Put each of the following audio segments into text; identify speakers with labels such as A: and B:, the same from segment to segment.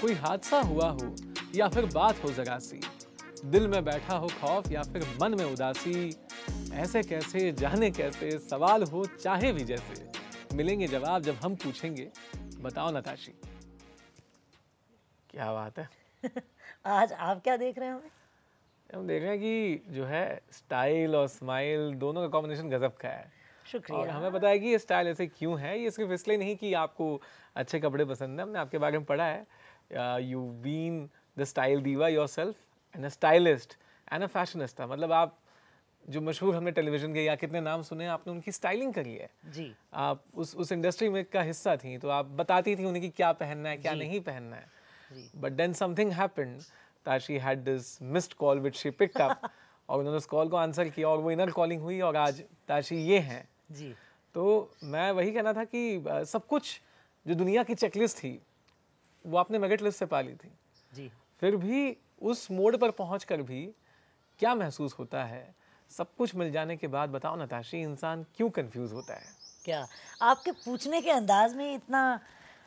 A: कोई हादसा हुआ हो या फिर बात हो जरा सी दिल में बैठा हो खौफ या फिर मन में उदासी ऐसे कैसे जाने कैसे सवाल हो चाहे भी जैसे मिलेंगे जवाब जब हम पूछेंगे बताओ नताशी
B: क्या बात है
C: आज आप क्या देख रहे हैं
A: हम देख रहे हैं कि जो है स्टाइल और स्माइल दोनों का कॉम्बिनेशन गजब का है और
C: शुक्रिया
A: हमें पता है कि ये स्टाइल ऐसे क्यों है ये सिर्फ इसलिए नहीं कि आपको अच्छे कपड़े पसंद है हमने आपके बारे में पढ़ा है you been the style diva yourself and a stylist and a fashionista मतलब आप जो मशहूर हमने टेलीविजन के या कितने नाम सुने हैं, आपने उनकी स्टाइलिंग करी है
C: जी
A: आप उस उस इंडस्ट्री में का हिस्सा थी तो आप बताती थी उन्हें कि क्या पहनना है क्या नहीं पहनना है but then something happened that she had this missed call which she picked up और उन्होंने उस कॉल को आंसर किया और वो इनर कॉलिंग हुई और आज ताशी ये हैं
C: जी
A: तो मैं वही कहना था कि अ, सब कुछ जो दुनिया की चेकलिस्ट थी वो आपने मेरिट लिस्ट से पा ली थी
C: जी
A: फिर भी उस मोड़ पर पहुँच कर भी क्या महसूस होता है सब कुछ मिल जाने के बाद बताओ नताशी इंसान क्यों कंफ्यूज होता है
C: क्या आपके पूछने के अंदाज में इतना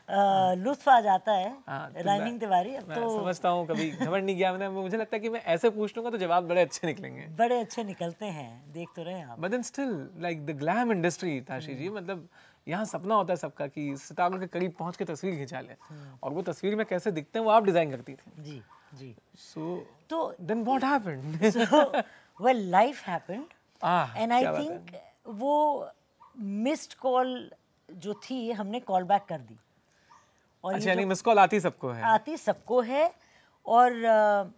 C: अ, लुत्फ आ जाता
A: हाँ,
C: है
A: तो
C: राइमिंग
A: मैं-
C: तिवारी अब
A: मैं
C: तो
A: समझता हूँ कभी घमंड नहीं किया मैंने मुझे लगता है कि मैं ऐसे पूछ लूंगा तो जवाब बड़े अच्छे निकलेंगे
C: बड़े अच्छे निकलते हैं देख तो रहे हैं आप
A: but then still like the glam industry Tashi
C: हम्म।
A: जी मतलब यहाँ सपना होता है सबका कि सितारों के करीब पहुंच के तस्वीर खिंचा ले
C: हम्म।
A: और वो तस्वीर में कैसे दिखते हैं वो आप डिजाइन करती थी
C: जी जी
A: सो
C: तो
A: then what happened
C: well life happened
A: ah,
C: and I
A: हाँ, Ah, क्या बात
C: थिंक वो मिस्ड कॉल जो थी हमने कॉल बैक कर दी और
A: अच्छा यानी मिस कॉल आती सबको है
C: आती सबको है और अ,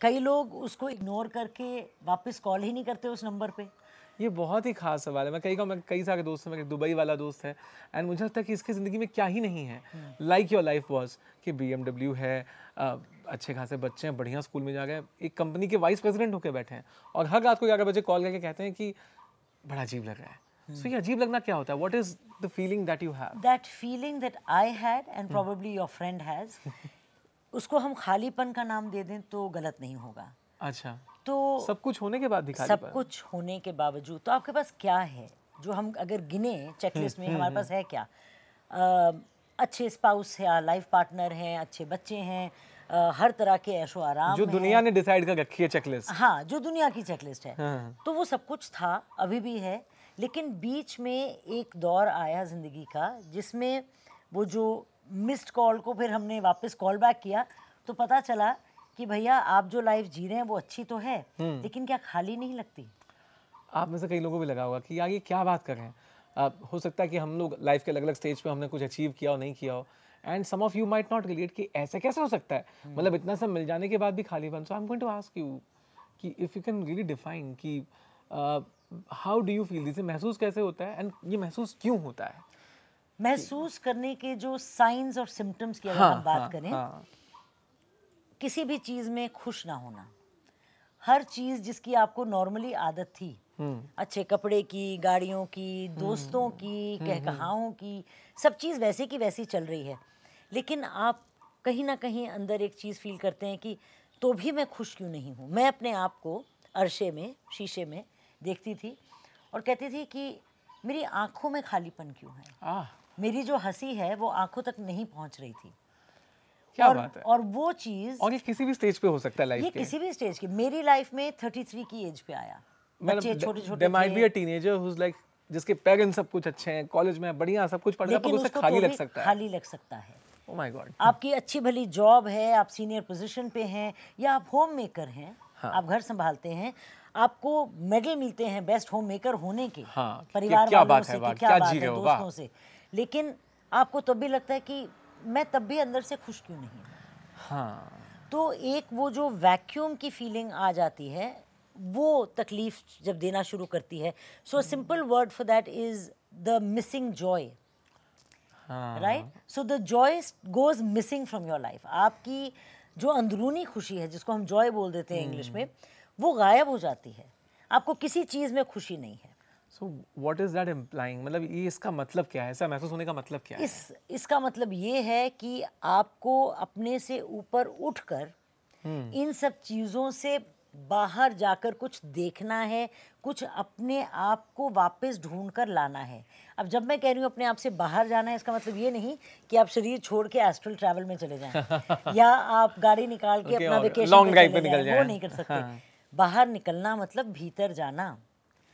C: कई लोग उसको इग्नोर करके वापस कॉल ही नहीं करते उस नंबर पे
A: ये बहुत ही खास सवाल है मैं कई का मैं कई सारे दोस्त हैं मेरे दुबई वाला दोस्त है एंड मुझे लगता है कि इसकी ज़िंदगी में क्या ही नहीं है
C: हम्म।
A: लाइक योर लाइफ वॉज कि बी है अ, अच्छे खासे बच्चे हैं बढ़िया स्कूल में जा गए एक कंपनी के वाइस प्रेसिडेंट होकर बैठे हैं और हर रात को ग्यारह बजे कॉल करके कहते हैं कि बड़ा अजीब लग रहा है
C: हम्म।
A: सो ये अजीब लगना क्या होता है what is the feeling that you have
C: that feeling that I had
A: Hmm.
C: and probably your friend has उसको हम खालीपन का नाम दे दें तो गलत नहीं होगा
A: अच्छा
C: तो
A: सब कुछ होने के बाद दिखा
C: सब कुछ होने के बावजूद तो आपके पास क्या है जो हम अगर गिने चेकलिस्ट
A: हम्म,
C: में हमारे पास है क्या अ, अच्छे स्पाउस है लाइफ पार्टनर हैं अच्छे बच्चे हैं अ, हर तरह के ऐशो आराम
A: जो
C: हैं।
A: दुनिया ने डिसाइड कर रखी है चेकलिस्ट
C: हाँ जो दुनिया की चेकलिस्ट है
A: हाँ।
C: तो वो सब कुछ था अभी भी है लेकिन बीच में एक दौर आया ज़िंदगी का जिसमें वो जो मिस्ड कॉल को फिर हमने वापस कॉल बैक किया तो पता चला कि भैया आप जो लाइफ जी रहे हैं वो अच्छी तो है
A: हम्म।
C: लेकिन क्या खाली नहीं लगती
A: आप में से कई लोगों को भी लगा होगा कि यार ये क्या बात कर रहे हैं आप हो सकता है कि हम लोग लाइफ के अलग अलग स्टेज पे हमने कुछ अचीव किया और नहीं किया हो and some of you might not relate कि ऐसे कैसे हो सकता है
C: हम्म।
A: मतलब इतना सब मिल जाने के बाद भी खालीपन so I am going to ask you कि if you can really define कि हाउ डू यू फील इसे महसूस कैसे होता है एंड ये महसूस क्यों होता है
C: महसूस करने के जो साइंस और सिम्टम्स की अगर हम बात करें
A: हाँ,
C: किसी भी चीज़ में खुश ना होना हर चीज़ जिसकी आपको नॉर्मली आदत थी
A: हम्म।
C: अच्छे कपड़े की गाड़ियों की दोस्तों की
A: हम्म,
C: कहकहाओं की सब चीज़ वैसे की वैसी चल रही है लेकिन आप कहीं ना कहीं अंदर एक चीज़ फील करते हैं कि तो भी मैं खुश क्यों नहीं हूँ मैं अपने आप को अरशे में शीशे में देखती थी और कहती थी कि मेरी आंखों में खालीपन क्यों है
A: आह,
C: मेरी जो हंसी है वो आंखों तक नहीं पहुंच रही थी
A: क्या
C: और,
A: बात है
C: और वो चीज़
A: और ये किसी भी स्टेज पे हो सकता है
C: ये
A: लाइफ के
C: किसी भी स्टेज की मेरी लाइफ में 33 की एज पे आया
A: मतलब
C: बच्चे छोटे छोटे
A: there might be a teenager who is like जिसके पेरेंट्स सब कुछ अच्छे हैं कॉलेज में है, बढ़िया सब कुछ पढ़ रहा है पर उसे
C: उसको
A: खाली
C: तो
A: लग
C: भी
A: सकता है Oh
C: खाली लग सकता है
A: ओ माय गॉड
C: आपकी अच्छी भली जॉब है आप सीनियर पोजीशन पे हैं या आप होम मेकर हैं
A: हाँ।
C: आप घर संभालते हैं आपको मेडल मिलते हैं बेस्ट होम मेकर होने के
A: हाँ, कि
C: परिवार
A: क्या
C: वालों
A: बात
C: से
A: है,
C: कि
A: वाह,
C: क्या
A: क्या
C: बात
A: जी
C: है
A: रहे हो, वाह।
C: दोस्तों से लेकिन आपको तब भी लगता है कि मैं तब भी अंदर से खुश क्यों नहीं हूँ
A: हाँ
C: तो एक वो जो वैक्यूम की फीलिंग आ जाती है वो तकलीफ जब देना शुरू करती है so simple word for that is the missing joy
A: हाँ
C: right so the joy goes missing from your life आपकी जो अंदरूनी खुशी है जिसको हम जॉय बोल देते हैं इंग्लिश में वो गायब हो जाती है आपको किसी चीज़ में खुशी नहीं है
A: so what is that implying मतलब ये इसका मतलब क्या है ऐसा महसूस होने का मतलब क्या है
C: इस इसका मतलब ये है कि
A: हम्म।
C: आपको अपने से ऊपर उठकर इन सब चीज़ों से बाहर जाकर कुछ देखना है कुछ अपने आप को वापस ढूंढ कर लाना है अब जब मैं कह रही हूँ अपने आप से बाहर जाना है इसका मतलब ये नहीं कि आप शरीर छोड़ के एस्ट्रल ट्रैवल में चले जाएं या आप गाड़ी निकाल के
A: Okay,
C: अपना
A: और
C: वेकेशन
A: long
C: पे
A: drive पे
C: चले
A: निकल
C: जाएं, वो
A: जाएं। हाँ।
C: नहीं कर सकते बाहर निकलना मतलब भीतर जाना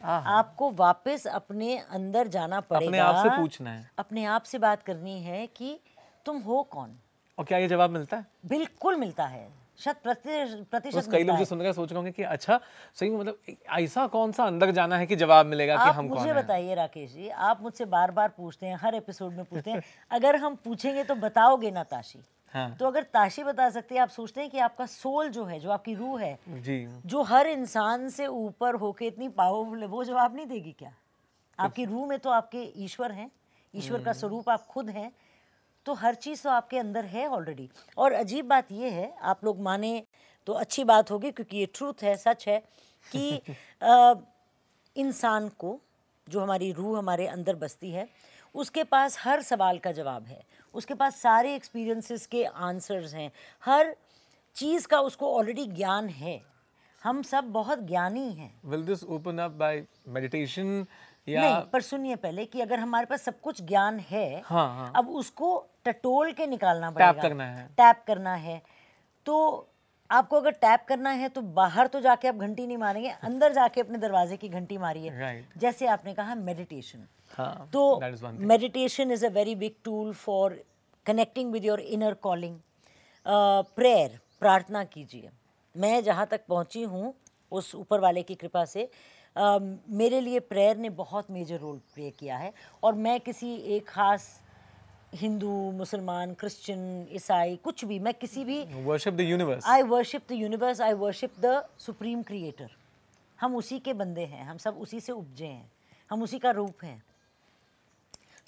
A: आहा।
C: आपको वापस अपने अंदर जाना पड़ेगा
A: अपने आप से पूछना है।
C: अपने आप से बात करनी है कि तुम हो कौन
A: और क्या ये जवाब मिलता है
C: बिल्कुल मिलता है शत प्रति-
A: बस
C: प्रतिशत
A: कई
C: मिलता
A: लोग
C: है
A: जो सुन रहे हैं सोच रहे होंगे कि अच्छा सही में मतलब ऐसा कौन सा अंदर जाना है कि जवाब मिलेगा कि
C: आप
A: हम कौन
C: मुझे
A: हैं
C: बताइए राकेश जी आप मुझसे बार बार पूछते हैं हर एपिसोड में पूछते हैं अगर हम पूछेंगे तो बताओगे ना ताशी
A: हाँ
C: तो अगर ताशी बता सकती है आप सोचते हैं कि आपका सोल जो है जो आपकी रूह है
A: जी
C: जो हर इंसान से ऊपर होके इतनी पावरफुल है वो जवाब नहीं देगी क्या आपकी रूह में तो आपके ईश्वर हैं ईश्वर का स्वरूप आप खुद हैं तो हर चीज़ तो आपके अंदर है ऑलरेडी और अजीब बात ये है आप लोग माने तो अच्छी बात होगी क्योंकि ये ट्रूथ है सच है कि अ, इंसान को जो हमारी रूह हमारे अंदर बसती है उसके पास हर सवाल का जवाब है उसके पास सारे एक्सपीरियंसेस के आंसर्स हैं हर चीज़ का उसको ऑलरेडी ज्ञान है हम सब बहुत ज्ञानी हैं
A: will this open up by meditation या
C: नहीं पर सुनिए पहले कि अगर हमारे पास सब कुछ ज्ञान है
A: हाँ, हाँ।
C: अब उसको टटोल के निकालना पड़ेगा
A: करना है।
C: टैप करना है तो आपको अगर टैप करना है तो बाहर तो जाके आप घंटी नहीं मारेंगे अंदर जाके अपने दरवाजे की घंटी मारिए
A: Right.
C: जैसे आपने कहा मेडिटेशन
A: हाँ
C: तो
A: that is one thing.
C: Meditation is a very big tool for connecting with your inner calling prayer Uh, प्रार्थना कीजिए मैं जहाँ तक पहुँची हूँ उस ऊपर वाले की कृपा से uh, मेरे लिए प्रेयर ने बहुत मेजर रोल प्ले किया है और मैं किसी एक खास हिंदू मुसलमान क्रिश्चियन ईसाई कुछ भी मैं किसी भी
A: worship the universe
C: I worship the universe I worship the supreme creator हम उसी के बंदे हैं हम सब उसी से उपजे हैं हम उसी का रूप हैं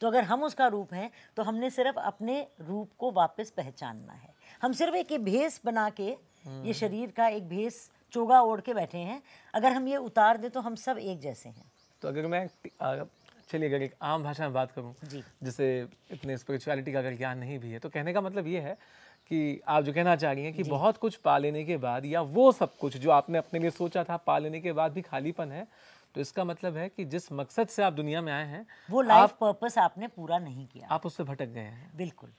C: तो अगर हम उसका रूप हैं तो हमने सिर्फ अपने रूप को वापस पहचानना है हम सिर्फ एक ये भेस बना के ये शरीर का एक भेस चोगा ओढ़ के बैठे हैं अगर हम ये उतार दें तो हम सब एक जैसे हैं
A: तो अगर मैं आ, चलिए अगर एक आम भाषा में बात करूं
C: जी।
A: जिसे इतने स्पिरिचुअलिटी का अगर ज्ञान नहीं भी है तो कहने का मतलब ये है कि आप जो कहना चाह रही हैं कि बहुत कुछ पा लेने के बाद या वो सब कुछ जो आपने अपने लिए सोचा था पा लेने के बाद भी खालीपन है तो इसका मतलब है कि जिस मकसद से आप दुनिया में आए हैं
C: वो लाइफ पर्पस आपने पूरा नहीं किया
A: आप उससे भटक गए हैं
C: बिल्कुल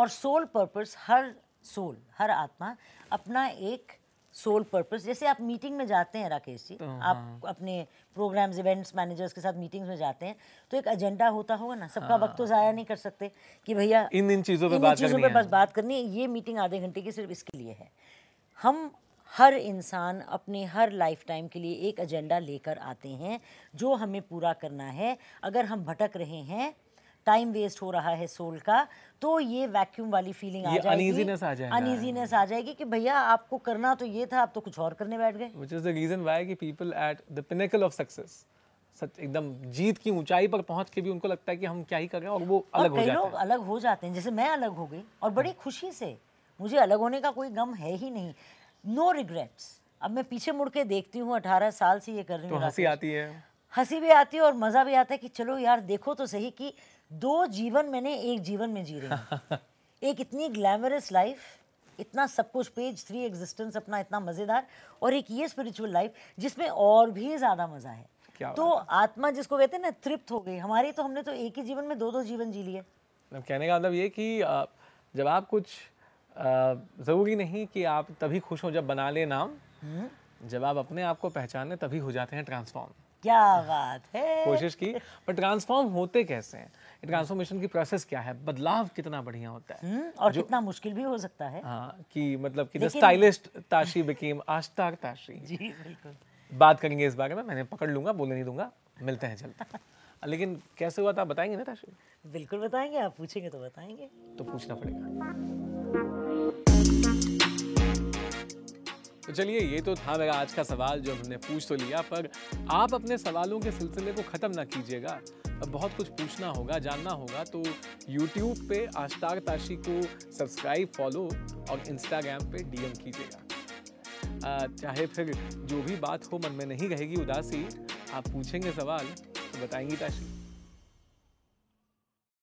C: और सोल पर्पस हर सोल हर आत्मा अपना एक सोल पर्पस जैसे आप मीटिंग में जाते हैं राकेश जी आप अपने प्रोग्राम्स इवेंट्स मैनेजर्स के साथ मीटिंग्स में जाते हैं तो एक एजेंडा होता होगा ना सबका वक्त तो ज़ाया नहीं कर सकते कि भैया
A: इन इन चीज़ों पे
C: इन
A: बात
C: चीज़ों
A: करनी
C: पे
A: है
C: बस बात करनी है ये मीटिंग आधे घंटे की सिर्फ इसके लिए है हम हर इंसान अपने हर लाइफ टाइम के लिए एक एजेंडा लेकर आते हैं जो हमें पूरा करना है अगर हम भटक रहे हैं टाइम वेस्ट हो रहा है सोल का तो ये वैक्यूम वाली फीलिंग आ
A: ये
C: जाएगी
A: uneasiness आ जाएगा।
C: uneasiness आ जाएगी कि भैया आपको करना तो ये था आप तो कुछ और करने बैठ गए
A: which is the reason why कि people at the pinnacle of success सच एकदम जीत की ऊंचाई पर पहुंच के भी उनको लगता है कि हम क्या ही कर रहे हैं और वो अलग
C: और
A: हो
C: कई
A: जाता है हाँ।
C: लोग अलग हो जाते हैं जैसे मैं अलग हो गई और बड़ी खुशी से मुझे अलग होने का कोई गम है ही नहीं नो रिग्रेट्स अब मैं पीछे मुड़ के देखती हूँ अठारह साल से ये कर रही
A: तो
C: हूँ
A: हंसी
C: राकेश।
A: आती है
C: हंसी भी आती है और मज़ा भी आता है कि चलो यार देखो तो सही कि दो जीवन मैंने एक जीवन में जी रही हूँ एक इतनी ग्लैमरस लाइफ इतना सब कुछ पेज थ्री एग्जिस्टेंस अपना इतना मज़ेदार और एक ये स्पिरिचुअल लाइफ जिसमें और भी ज़्यादा मज़ा
A: क्या
C: है तो आत्मा जिसको कहते हैं ना तृप्त हो गई हमारी तो हमने तो एक ही जीवन में दो दो जीवन जी लिए
A: मतलब कहने का मतलब ये कि आ, जब आप कुछ ज़रूरी नहीं कि आप तभी खुश हो जब बना ले नाम जब आप अपने आप को पहचाने तभी हो जाते हैं ट्रांसफॉर्म
C: क्या बात है
A: कोशिश की पर ट्रांसफॉर्म होते कैसे हैं ट्रांसफॉर्मेशन की प्रोसेस क्या है बदलाव कितना बढ़िया होता है
C: हम्म, और कितना मुश्किल भी हो सकता है
A: हाँ कि मतलब कि the stylist Tashi became आश्ताक Tashi
C: ji बिल्कुल
A: बात करेंगे इस बारे में मैंने पकड़ लूंगा बोलने नहीं दूंगा मिलते हैं चलते लेकिन कैसे हुआ था आप बताएंगे ना ताशी
C: बिल्कुल बताएंगे आप पूछेंगे तो बताएंगे
A: तो पूछना पड़ेगा तो चलिए ये तो था मेरा आज का सवाल जो हमने पूछ तो लिया पर आप अपने सवालों के सिलसिले को ख़त्म ना कीजिएगा अब बहुत कुछ पूछना होगा जानना होगा तो YouTube पे आश्ताग ताशी को सब्सक्राइब फॉलो और Instagram पे DM कीजिएगा आ, चाहे फिर जो भी बात हो मन में नहीं रहेगी उदासी आप पूछेंगे सवाल तो बताएंगी ताशी